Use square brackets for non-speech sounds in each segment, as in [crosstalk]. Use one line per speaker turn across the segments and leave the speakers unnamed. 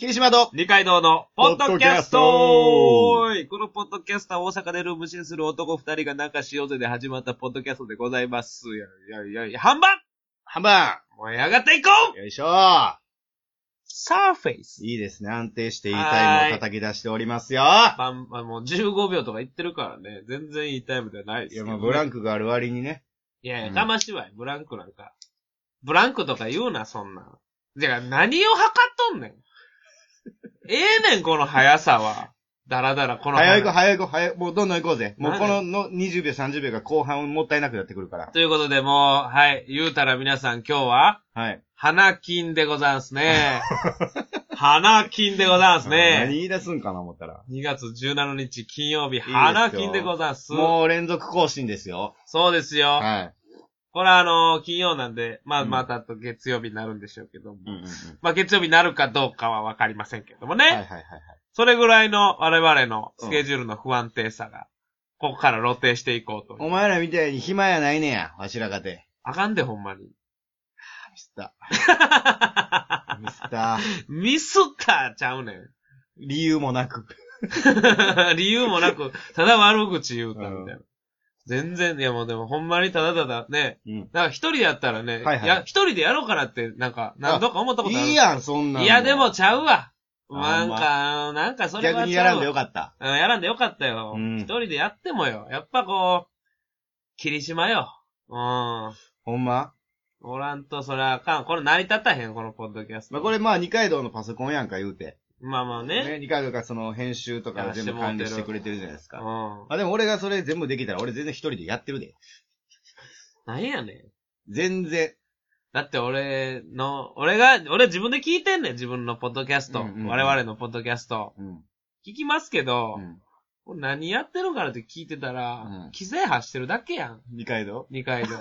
霧島と、
二階堂のポッドキャスト
ポ
ーこのポッドキャストは大阪でルームシェアする男二人がなんかしようぜで始まったポッドキャストでございます。いやいやいや、半ば
ハンバ
燃え上がっていこ
ー
う
ンよいしょー
サーフェイス
いいですね。安定していいタイムを叩き出しておりますよい
まあ、まあ、もう15秒とか言ってるからね、全然いいタイムではないですけ
や、
ど、
ま
ね。
あ、ブラン
ク。
クがある割にね。
いやいや、
うん
かましわい、ブランクなんか。ブランクとか言うな、そんなん。じゃあ何を測っとんねん。ええねん、この速さは。だらだら、この
早い子、
速
早い子、早いもうどんどん行こうぜ。もう
なん
こ
で
のの20秒、30秒が後半もったいなくなってくるから。
ということで、もう、はい、言うたら皆さん今日は、
はい。
花金でござんす
[laughs]
ね。花金でござんす
何
ね。
言い出すんかな思ったら。
2月17日金曜日、
すよ
花金でござんす。
もう連続更新ですよ。
そうですよ。
は
これはあのー金曜なんで、まあ
うん
またと月曜日になるんでしょうけども。
い。うんうんうん。
まあ月曜日になるかどうかはわかりませんけどもね。
はいはいはい。
それぐらいの我々のスケジュールの不安定さが、ここから露呈していこうとい
お
う。
前らみたいに暇やないねや。わしらがて。
あかんでほんまに。
ミスった。
[laughs]
ミスった。
ミスったちゃうねん。
理由もなく。
[laughs] 理由もなく、ただ悪口言うたみたいな。全然、いやもうでもほんまにただただね、
うん。
なんか一人やったらね、
はいはい
や、一人でやろうかなって、なんか、何度か思ったことある。
いいやん、そんなん。
いやでもちゃうわ。
あんま
なんか、なんかそれ
逆
は
に
ち
や
ゃ
ら
うん
でよ
わ。
かった。
うんやらんでよかったよ。
うん
一人でやってもよ。やっぱこう、霧島よ。うん。
ほんま
おらんとそりゃあかん。これ成り立たへん、このポッドキャスト。
まあ、これまあ、二階堂のパソコンやんか言うて。
まあまあね。
ね、二階堂がその編集とか全部管理してくれてるじゃないです
う
か。ま
ん。
あでも俺がそれ全部できたら俺全然一人でやってるで。
なんやねん。
全然。
だって俺の、俺が、俺自分で聞いてんねん、自分のポッドキャスト。
うんうんうん
我々のポッドキャスト。
うん。
聞きますけど、
うん
これ何やってるからって聞いてたら、
うん
規制発してるだけやん、
二階堂
二
[laughs]
階堂。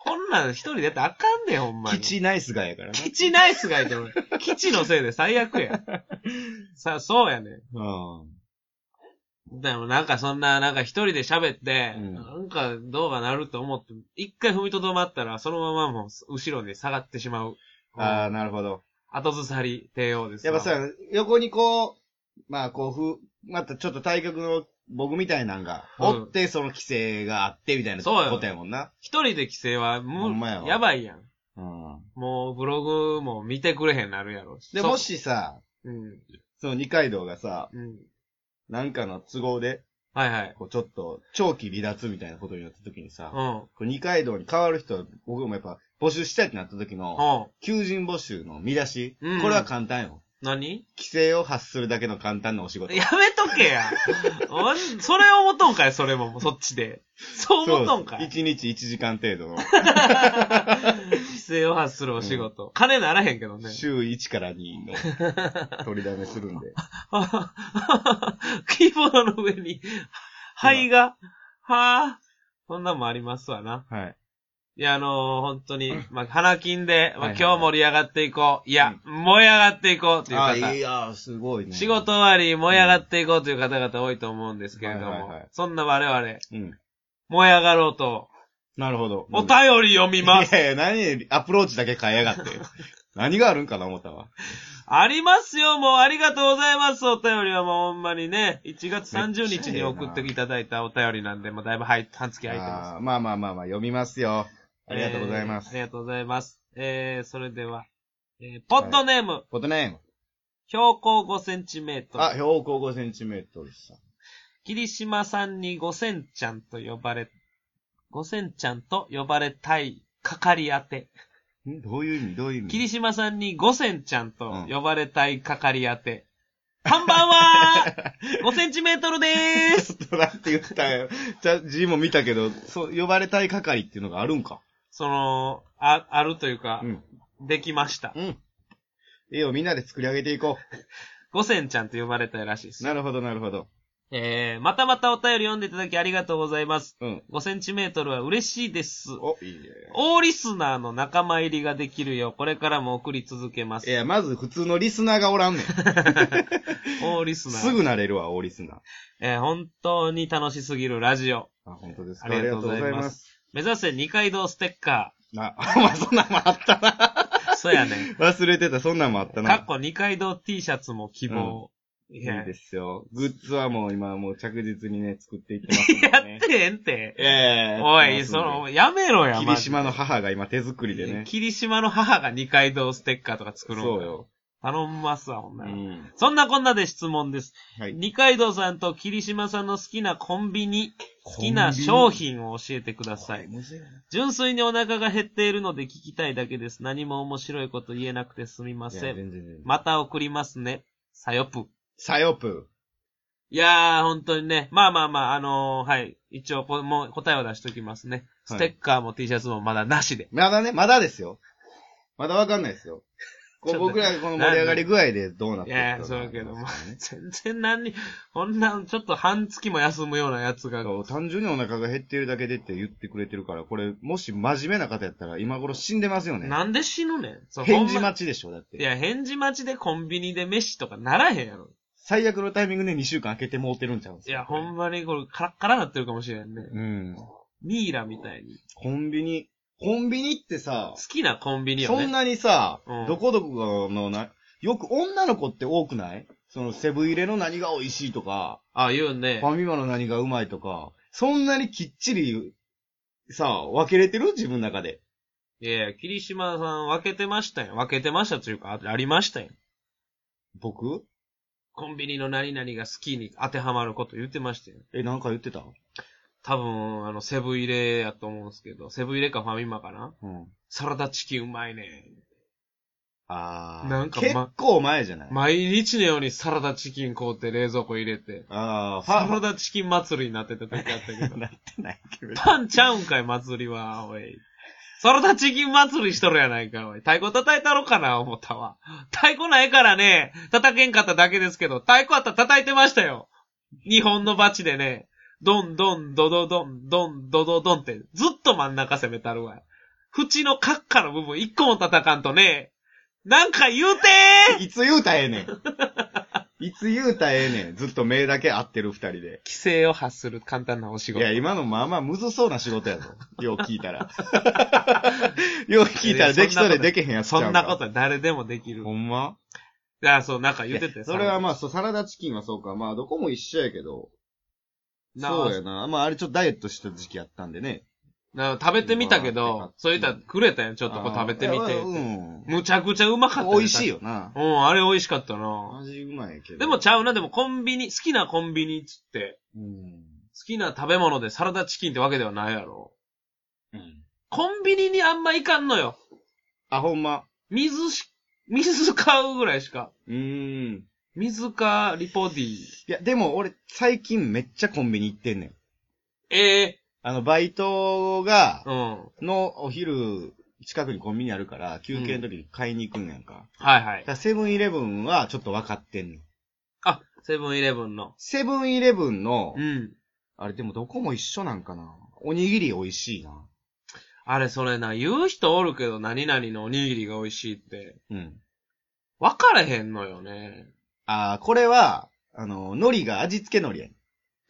こんなん一人でやったらあかんねん、ほんまに。
基地ナイスガイやからな。
基地ナイスがいてる。基地のせいで最悪
[laughs]
や。さあ、そうやねん。
う
でもなんかそんな、なんか一人で喋って、
うん
なんかどうかなると思って、一回踏みとどまったら、そのままもう後ろに下がってしまう。
ん。ああ、なるほど。
後ずさり帝王です
や
わ。
っぱさ、横にこう、まあこう、ふ、またちょっと対局の僕みたいなんが、
うん
おってその規制があってみたいな
そうよ
ことやもんな。
一人で規制は、も
ほんまや
う、
わ
やばいやん。
うん。
もう、ブログも見てくれへんなるやろし。
で、
そ
も、しさ、
うん、
その二階堂がさ、
うん。
なんかの都合で、
はいはい。
こうちょっと、長期離脱みたいなことになった時にさ、
うん。うん。
こう二階堂に変わる人、僕もやっぱ募集したいってなった時の、求人募集の見出し、
うん
これは簡単よ。
何 [laughs]
規制を発するだけの簡単なお仕事。
やめとけや。おんそれ思っとんかい、それも、そっちで。そう思っとんかい。
一日一時間程度の、
規制を発するお仕事。金ならへんけどね。[laughs]
[laughs] 週1から2の取りだめする
[laughs]
んで。
キーボードの上に、灰が、はぁ、そんなんもありますわな。
はい。
いや、あのー本当に、まあ、花金で、まあ、
はいはいはい
今日盛り上がっていこう。いや、燃え上がっていこうっていう
あ
方。
あ、いやー、すごいね。
仕事終わり燃え上がっていこうという方々多いと思うんですけれども、
はいはいはい
そんな我々、
うん。
燃え上がろうと、
なるほど。
お便り読みま
い
す。
やいや、何、アプローチだけ変えやがって。 [laughs] 何があるんかな思ったわ。
[laughs] ありますよ、もうありがとうございます。お便りはもうほんまにね、1月30日に送っていただいたお便りなんで、もうだいぶはい半月空いてます。
あーまあまあまあまあ、読みますよ。ありがとうございま
えー
す。
ありがとうございます。えー、それでは、えー、ポッドネーム、
フォトネーム。
標高5センチメート
あ、
ル、
標高5センチメートルさん。
霧島さんに5センちゃんと呼ばれ、5センちゃんと呼ばれたい、かかり当て。
んどういう意味どういう意味
霧島さんに五センちゃんと呼ばれたいかかり当て。こんばん
[laughs]
は !5 センチメートルでーす
ちょっとなんて言ったよ。じゃ、字も見たけど、そう、呼ばれたい係っていうのがあるんか。
その、あ、あるというか、
ん。
できました。
うん。絵をみんなで作り上げていこ
五センちゃんと呼ばれたいらしいで
う。
す。
なるほど、なるほど。
えー、またまたお便り読んでいただきありがとうございます。
うん。
5センチメートルは嬉しいです。
お、いいね。
大リスナーの仲間入りができるよう、これからも送り続けま
い
す。
や、まず普通のリスナーがお
[laughs]
らんねん。
大リスナー。
すぐなれるわ、大リスナー。
えー本当に楽しすぎるラジオ。
あ、本当ですか。
ありがとうございます
ありがとうございます。 [laughs]
目指せ二階堂ステッカー。
な、お前そんなもんあったな。
そうや
[laughs]
ねん。
忘れてた、そんなんもあった
かっ
な。
こ二階堂 T シャツも希望。
い
いや、
い
や
ですよ。グッズはもう今もう着実にね、作っていってます
[laughs]
んでね
っ。てへんて。
ええ
おい、そ、の、やめろや、
霧島の
マ
母が今手作り
ジ
で
で
ね。
霧島の母が二階堂ステッカーとか作るの。
そう。よ。
頼んますわ、ほん
う
なら。
ん。
そんなこんなで質問です。
はい。
二階堂さんと霧島さんの好きなコンビニ、好きな
コンビニ
商品を教えてください。
むずいな
純粋にお腹が減っているので聞きたいだけです。何も面白いこと言えなくてすみま
いや
せん。
全然全然。
また送りますね。さよぷ。
さよぷ。
いやー、本当にね。まあまあまあ、あのーはい。一応こ、もう答えは出しときますね。ス
はい
テッカーも T シャツもまだなしで。
まだね、まだですよ。まだわかんないで
[laughs]
すよ。こ
ち
う
ょっと
僕らがこの盛り上がり具合でどうなって
い
いくか
や
が
ー、そうやけど
わ
も
かりますか
全然何に、こんな、ちょっと半月も休むようなやつが
らね。そう単純にお腹が減ってるだけでって言ってくれてるから、これ、もし真面目な方やったら今頃死んでますよね。
なんで死ぬねん。そう
返事
ほんま
待ちでしょ、だっ
い
て。
や、返事待ちでコンビニで飯とかならへんやろ。
最悪のタイミングで2週間空けてもうてるんちゃうんす
い
か
や、ほんまにこれカラッカラなってるかもしれんね。
うん。
ミイラみたいに。
コンビニ。コンビニってさ
好、きなコンビニよね。
そんなにさ、
うん
どこどこのな、よく女の子って多くないそのセブン入れの何が美味しいとか、
あ、言うね
フ。ァミマの何がうまいとか、そんなにきっちり、さ、分けれてる自分の中で。
いやいや、霧島さん分けてましたよ。分けてましたというか、あありましたよ。
僕
コンビニの何々が好きに当てはまること言ってましたよ。
え、なんか言ってた
多分、あの、セブン入れやと思うんですけど、セブン入れかファミマかな
うん。
サラダチキンうまいね。
あー。
なんか
結
ま
構前じゃない、
毎日のようにサラダチキン買うて冷蔵庫入れて、
あー、フ
サ
ァ。
ラダチキン祭りになってた時あったけど
なってないけど。
パンちゃうんかい、祭りは、おい。サラダチキン祭りしとるやないか、おい。太鼓叩いたろかな、思ったわ。太鼓ないからね、叩けんかっただけですけど、太鼓あったら叩いてましたよ。日本のバチでね、ドンドンドドドン、ドンドドドンって、ずっと真ん中攻めたるわ。縁のカッカの部分一個も叩かんとね、なんか言うてー
[laughs] いつ言うたらええねん。いつ言うたらええねん。ずっと目だけ合ってる二人で。
規制を発する簡単なお仕
い
事。
や、今のまあまあむずそうな仕事やぞ。 [laughs] よう聞いたら。よう聞いたらできそうでできへんやつちゃう
そ
か
んなことは誰でもできる。
ほんま
いや、そう、なんか言ってて。
それはまあ、そうサラダチキンはそうか。まあ、どこも一緒やけど。
な
そうやな。まあ、あれちょっとダイエットした時期やったんでね。
な食べてみたけ
まあ
ど、そういったらくれたやん、ち
ち
ょっとこう食べてみて。
うん。
むちゃくちゃうまかった。
美味しい。よな。
うん、あれ美味しかったな。
味うまいけど。
でもちゃうな、でもコンビニ、好きなコンビニっつって、
うん。
好きな食べ物でサラダチキンってわけではないやろ。
うん。
コンビニにあんま行かんのよ。
あ、ほんま。
水し、水買うぐらいしか。
うーん。
水か、リポディ。
いや、でも俺、最近めっちゃコンビニ行ってんねん。
ええ
あの、バイトが、
うん。
のお昼、近くにコンビニあるから、休憩の時に買いに行くんやんか。
はいは
だ
い
か。らセブンイレブンはちょっと分かってんの。
あ、セブンイレブンの。
セブンイレブンの、
うん。
あれでもどこも一緒なんかな。おにぎり美味しいな。
あれ、それな、言う人おるけど、何々のおにぎりが美味しいって、
うん。
分からへんのよね。
ああ、これは、あの、海苔が味付け海苔やん。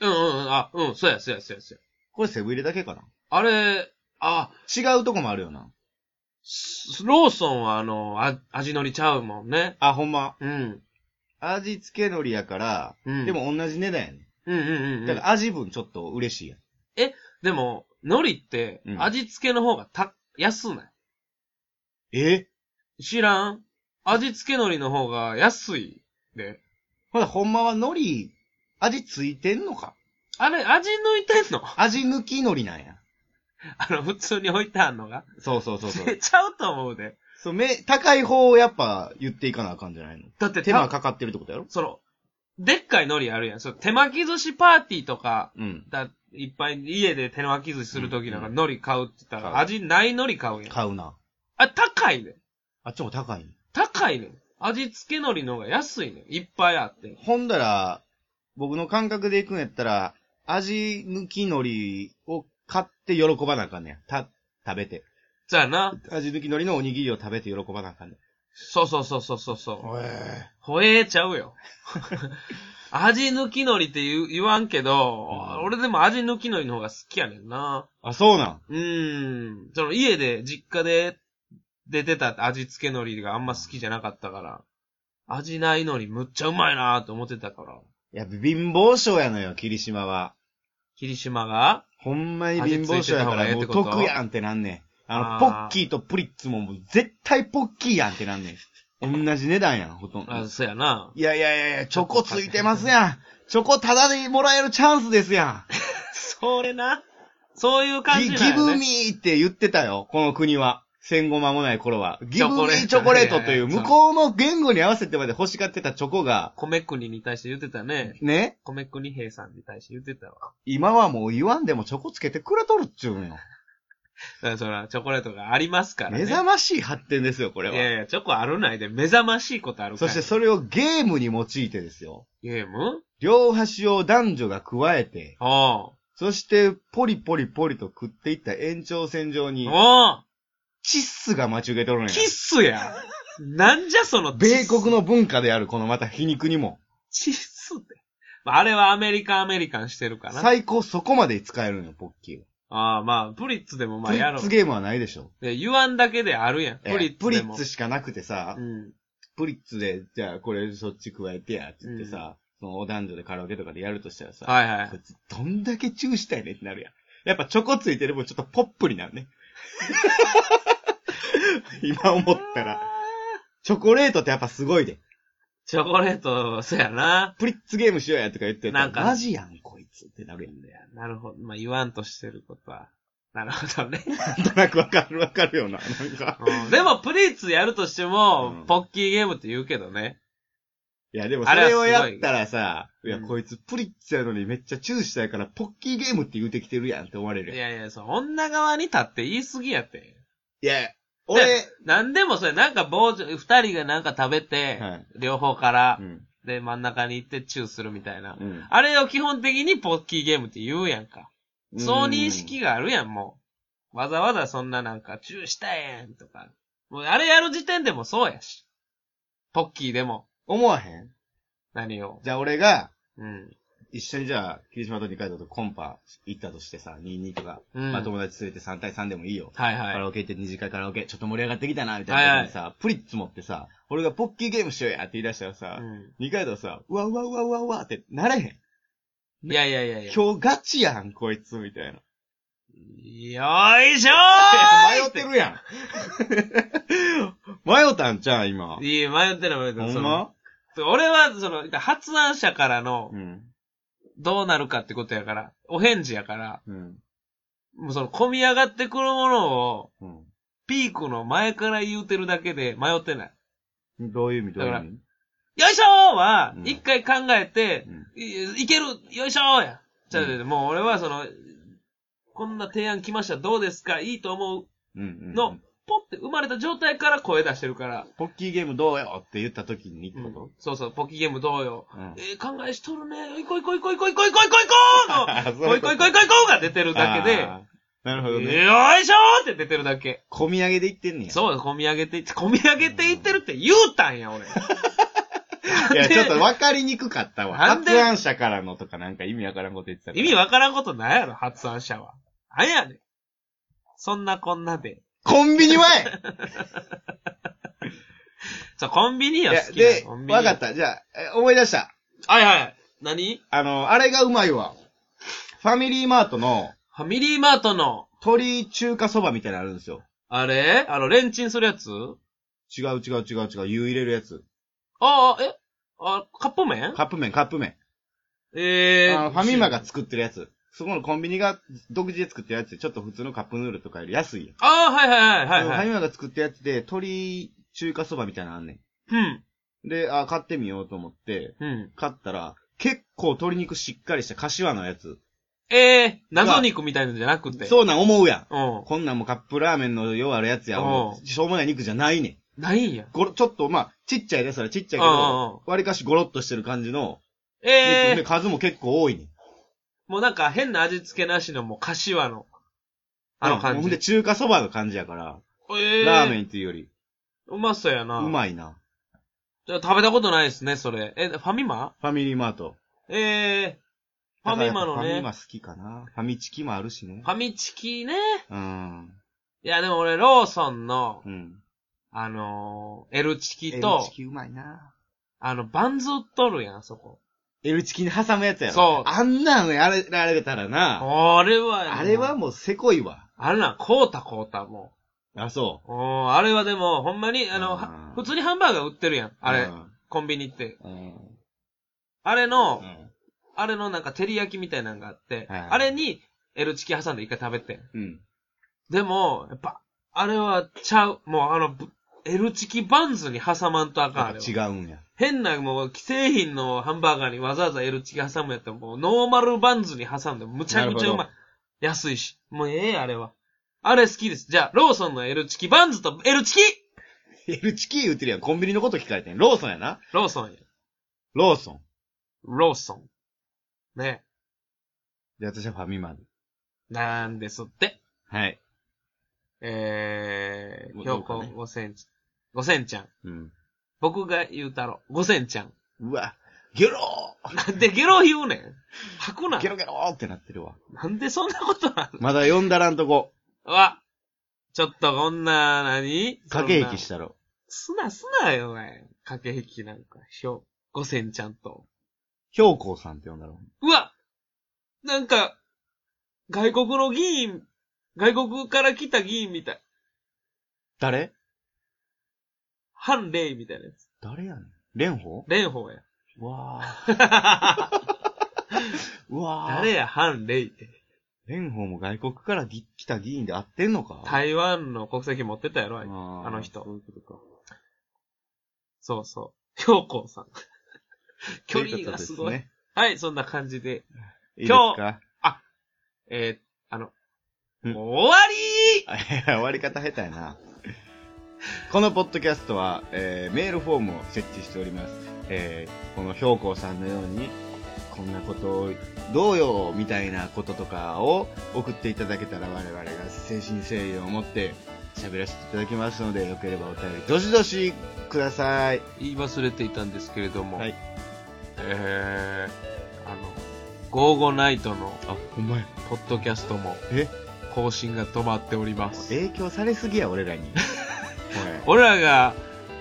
うんうんうん、あ、うん、そうや、そうや、そうや、そうや。
これセブン入れだけかな。
あれ、あ、
違うとこもあるよな。
スローソンはあの、あ味のりちゃうもんね。
あ、ほんま。
うん。
味付け海苔やから、
うん。
で、も同じ値段やね
うんうんうんうん。
ん。だから味分ちょっと嬉しいやん。
でも、海苔って
う、ん
味付けの方がた、安ない。
え
知らん味付け海苔の方が安いで。
ほら、ほんまは海苔、味ついてんのか
あれ、味抜いてんの [laughs]
味抜き海苔なんや。
あの、普通に置いてあんのが。
そうそうそうそう。
ちゃうと思うで。
そう、め、高い方をやっぱ言っていかなあかんじゃないの
だって、
手間
た
かかってるってことやろ
その、でっかい海苔あるやん。その手巻き寿司パーティーとか、
うん。
だ、いっぱい家で手巻き寿司するときなんか
うん
海苔買うって言ったら、
買う
味ない海苔買うやん。
買うな。
あ、高いねん。
あっちも高いん
高いねん。味付け海苔の方が安いねん。いっぱいあって。
ほんだら、僕の感覚で行くんやったら、味抜き海苔を買って喜ばなあかんねや。た、食べて。
じゃあな。
味抜き海苔のおにぎりを食べて喜ばなあかんね
そうそうそうそうそうそう。
え
ほえーちゃうよ。 [laughs] 味抜き海苔って言う言わんけど、
うん
俺でも味抜き海苔の方が好きやねんな。
あ、そうなん。
うーん。その家で、実家で、出てた味付け海苔があんま好きじゃなかったから、味ないのにむっちゃうまいなーって思ってたから、
いや、貧乏症やのよ、霧島は。
霧島が、
ほんまに貧乏症やか
味付いうてた方
ら、も
がええってこと
得やんってなんねん。あ
あー
の、ポッキーとプリッツももう絶対ポッキーやんってなんねん。同じ値段やん、ほとんど。
あ、そうやな。
いやいやいやいや、チョコついてますやん。チョコタダでもらえるチャンスですや。
それな。そういうん感じな
ギ
ん
ギ
やね。
ブミーって言ってたよ、この国は。戦後間もない頃は。ギブミー
チ
チ
ョ
ョ
コ
コ
レ
レ
ー
ー
ト
ト
ね
という向こうの言語に合わせてまで欲しがってたチョコが、
米国に対して言ってたね。
ね、
米国兵さんに対して言ってたわ。
今はもう言わんでもチョコつけてくれとるっちゅうんよ。
だからそら、チョコレートがありますからね。
目覚ましい発展ですよ、これ
いや
は。
いや、チョコあるないで目覚ましいことあるか
そ
ら。
してそれをゲームに用いてですよ。
ゲーム
両端を男女が加えて、
お
そしてポリポリポリと食っていった延長線上
う
に、
お
チッスが待ち受けとるん
う
や。
キッスやなんじゃその、
米国の文化であるこのまた皮肉にも、
チッスって。まああれはアメリカンアメリカンしてるからな。
最高そこまで使えるんよ、ポッキーは。
ああ、まあ、プリッツでもまあ
プリ
や
ッ
ろ
ツ
う。
ゲームはないでしょ。
で言わんだけであるやん。プリッツでも。
プリッツしかなくてさ、
うん。
プリッツで、じゃあこれそっち加えてや、って言ってさ、そのお男女でカラオケとかでやるとしたらさ、
はいはい
こ。いつどんだけチューしたいねってなるやん。やっぱチョコついてる分ちょっとポップになる [laughs] ね。今思ったら。チョコレートってやっぱすごいで。
チョコレート、そうやな。
プリッツゲームしようやとか言ってたら
なんか
マジやん、こいつってなるやん。
なるほど。まあ、言わんとしてることは。なるほどね。
なんとなくわかるわかるよな。なんか。
うんでも、プリッツやるとしても、
うん
ポッキーゲームって言うけどね。
いや、でもそ
あれはす
れ
ご
を
い
やったらさ、いや、
うん
こいつプリッツやのにめっちゃチューしたいから、ポッキーゲームって言うてきてるやんって思われ
い
るやん。
やいや、そう、女側に立って言い過ぎやって。
いや、俺、
なんでもそれ、なんか傍受、二人がなんか食べて、
はい
両方から
う、ん。
で、真ん中に行ってチューするみたいな。
うん
あれを基本的にポッキーゲームって言うやんか。そう認識があるやん、もう。わざわざそんななんか、チューしたやんとか。もうあれやる時点でもそうやし。ポッキーでも、
思わへん
何を。
じゃあ俺が、
うん。
一緒にじゃあ、霧島と二階堂とコンパ行ったとしてさ、22とか、
うん
まあ友達連れて3対3でもいいよ。
はいは
カラ
い。
オケ行って二次会カラオケ、ちょっと盛り上がってきたな、みたいな時にさ、プリッツ持ってさ、俺がポッキーゲームしようやって言い出したらさ、
う
二階堂さ、うわうわうわうわうわってなれへん。
ん。いやいやいやいや。
今日ガチやん、こいつ、みたいな。
よいしょー
[laughs] 迷ってるやん。迷ったんち [laughs] ゃう今。
いや、迷ってる迷って
ほ
る。
ん
その
ま
俺は、その、発案者からの
う、ん。
どうなるかってことやから、お返事やから、
うん。
もうその、込み上がってくるものを、
うん。
ピークの前から言うてるだけで迷ってない。
どういう意味どういう意
だか
味
よいしょーは
う、ん
一回考えて、いいけるよいしょーやじゃあ、
う
もう俺はその、こんな提案来ました、どうですかいいと思う
うんうん。
の、ポって生まれた状態から声出してるから、
ポッキーゲームどうよって言った時にってこと、
そうそう、ポッキーゲームどうよ。
うん
えー、考えしとるね。いこいこいこいこいこいこいこいこ
あ [laughs] そういう
の、
こと
こいこいこいこいこが出てるだけで、
あー。なるほどね。
よいしょーって出てるだけ。
込み上げで言ってんねや。
そう、込み上げていって、込み上げていってるって言うたんや、俺。
[laughs] いや、ちょっと分かりにくかったわ。
なんで
発案者からのとかなんか意味わからんこと言ってたから。
意味わからんことないやろ、発案者は。なんやねん。そんなこんなで。
コンビニ前い
そう、コンビニよ、
や
好きな
で、
コンビ
分
ニよ。
かった。じゃあ、え思い出した。
た。はいはい。何
あの、あれがうまいわ。ファミリーマートの
ファミリーマートの、
鶏中華そばみたいなのあるんですよ。
あれあの、レンチンするやつ
違う違う違う違う。湯入れるやつ。
ああ、えあ、カップ麺
カップ麺、カップ麺。
ええ
あのファミマが。作ってるやつ。そこのコンビニが独自で作ってるやつで、ちょっと普通のカップヌードルとかより安いやん。
ああ、はいはいはいはい、は
ファ
い。
ミマが作ったやつで、鶏中華そばみたいなのあんね
うん。
ん。で、あ、買ってみようと思って、
うん。
買ったら、結構鶏肉しっかりした柏のやつ。
ええ謎肉みたいなのじゃなくて。う。
そうなん思うやん。
うん。
こんなんもうカップラーメンのようあるやつや。
うん
もうしょうもない肉じゃないねん。
ないんや。
ごろ、ちょっとまあ、ちっちゃいで、それちっちゃいけ
うんうんうん
ど、割かしゴロっとしてる感じの、
え
肉
え
で数も結構多いねん。
もうなんか変な味付けなしのもう柏の、あの
うん
感
ほん
じ。
で中華そばの感じやから、
ええ
ラーメンっていうより、
うまそうやな。
うまいな。
じゃあ食べたことないですね、それ。え、ファミマ
ファミリーマート。
ええファミマの
ファミ
ね
マ。好きかな。ファミチキもあるしね
フ。ァミチキね。
うん。
いや、でも俺、ローソンの
うん。
あのー、L チキ
L
と
チ、キうまいな
あの、バンズ売っとるやん、そこ。
L チキに挟むやつやろ。
そう
あんなんやれられたらな、
あれは、
あれはもうせこいわ。
あれな、こうたこうた、も。
あ、そう
おーあれはでも、ほんまに、あの、
うん
は普通にハンバーガー売ってるやん。
う。
あれ
う、ん
コンビニって。
うん
あれの、
うん
あれのなんか照り焼きみたいなのがあって、
はいはい
あれに L チキ挟んで一回食べてん。
うん。
でも、やっぱ、あれはちゃう。もうあの、ぶ L チキバンズに挟まんとあかん。あ
やっ
れ
ぱ
は
違うんや。
変な、もう、既製品のハンバーガーにわざわざ L チキ挟むやったら、もう、ノーマルバンズに挟んで、むちゃくちゃう
な
ま
る
い。安いし。もうええ、あれは。あれ好きです。じゃあ、ローソンの L チキバンズと L チキ
L チキ言ってるやん。コンビニのこと聞かれてん。ローソンやな。
ローソンや。
ローソン。
ローソン。ね。
で、私はファミマで。
なんですって。
はい。
えー、
もう
標
ど
高
うかね
5センチ。5センちゃん。
うん。
僕が言うたろ。5センちゃん。
うわ、ゲロ
なんでゲロ言うねん。吐くな
ー。ゲロゲローってなってるわ。
なんでそんなことな
まだ読んだらんとこ。
の [laughs] わ、ちょっとこんな、何。
駆け引きしたたろ。
すなすなよ、お前。駆け引きなんか、ひょ、五千ちゃんと。
氷光さんって呼んだろ。
うわなんか、外国の議員、外国から来た議員みたい。
誰
反霊みたいなやつ。
誰やねん。蓮舫
蓮舫や。
うわー。 [laughs] うわー。
誰や、反霊って。
蓮舫も外国からぎ来た議員で会ってんのか
台湾の国籍持ってたやろ、あいつ
あー
あの人
そういうことか。
そうそう。標高
[laughs]
さん。距離がすご
と
い。
うこ
はい、そんな感じで。
とですね。いいですか
えー、あの、
うん
終わり
あいや [laughs] 終わり方下手やな。このポッドキャストは、えーメールフォームを設置しております。えーこの標高さんのように、こんなことを、どうよ、みたいなこととかを送っていただけたら我々が精神誠意を持って喋らせていただきますので、よければお便り、どしどしください。
言い忘れていたんですけれども、
はい
えー、あの、ゴーゴナイトの
あ、ほんまや。
ポッドキャストも
え
更新が止まっております。
影響されすぎや、俺 [laughs] らに。おい
俺らが、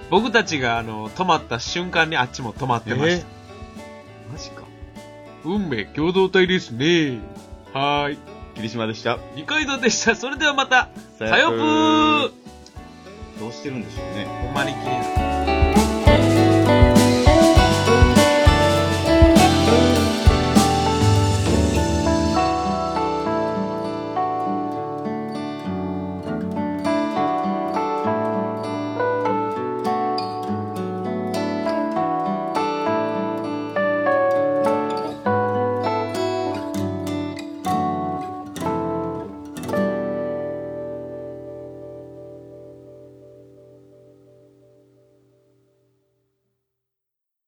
僕たちがあの止まった瞬間にあっちも止まってました。
マジか。
運命共同体ですね。はーい。
霧島でした。
二階堂でした。それではまた、
さ
さよぷー
どうしてるんでしょうね。
ほんまに綺麗な。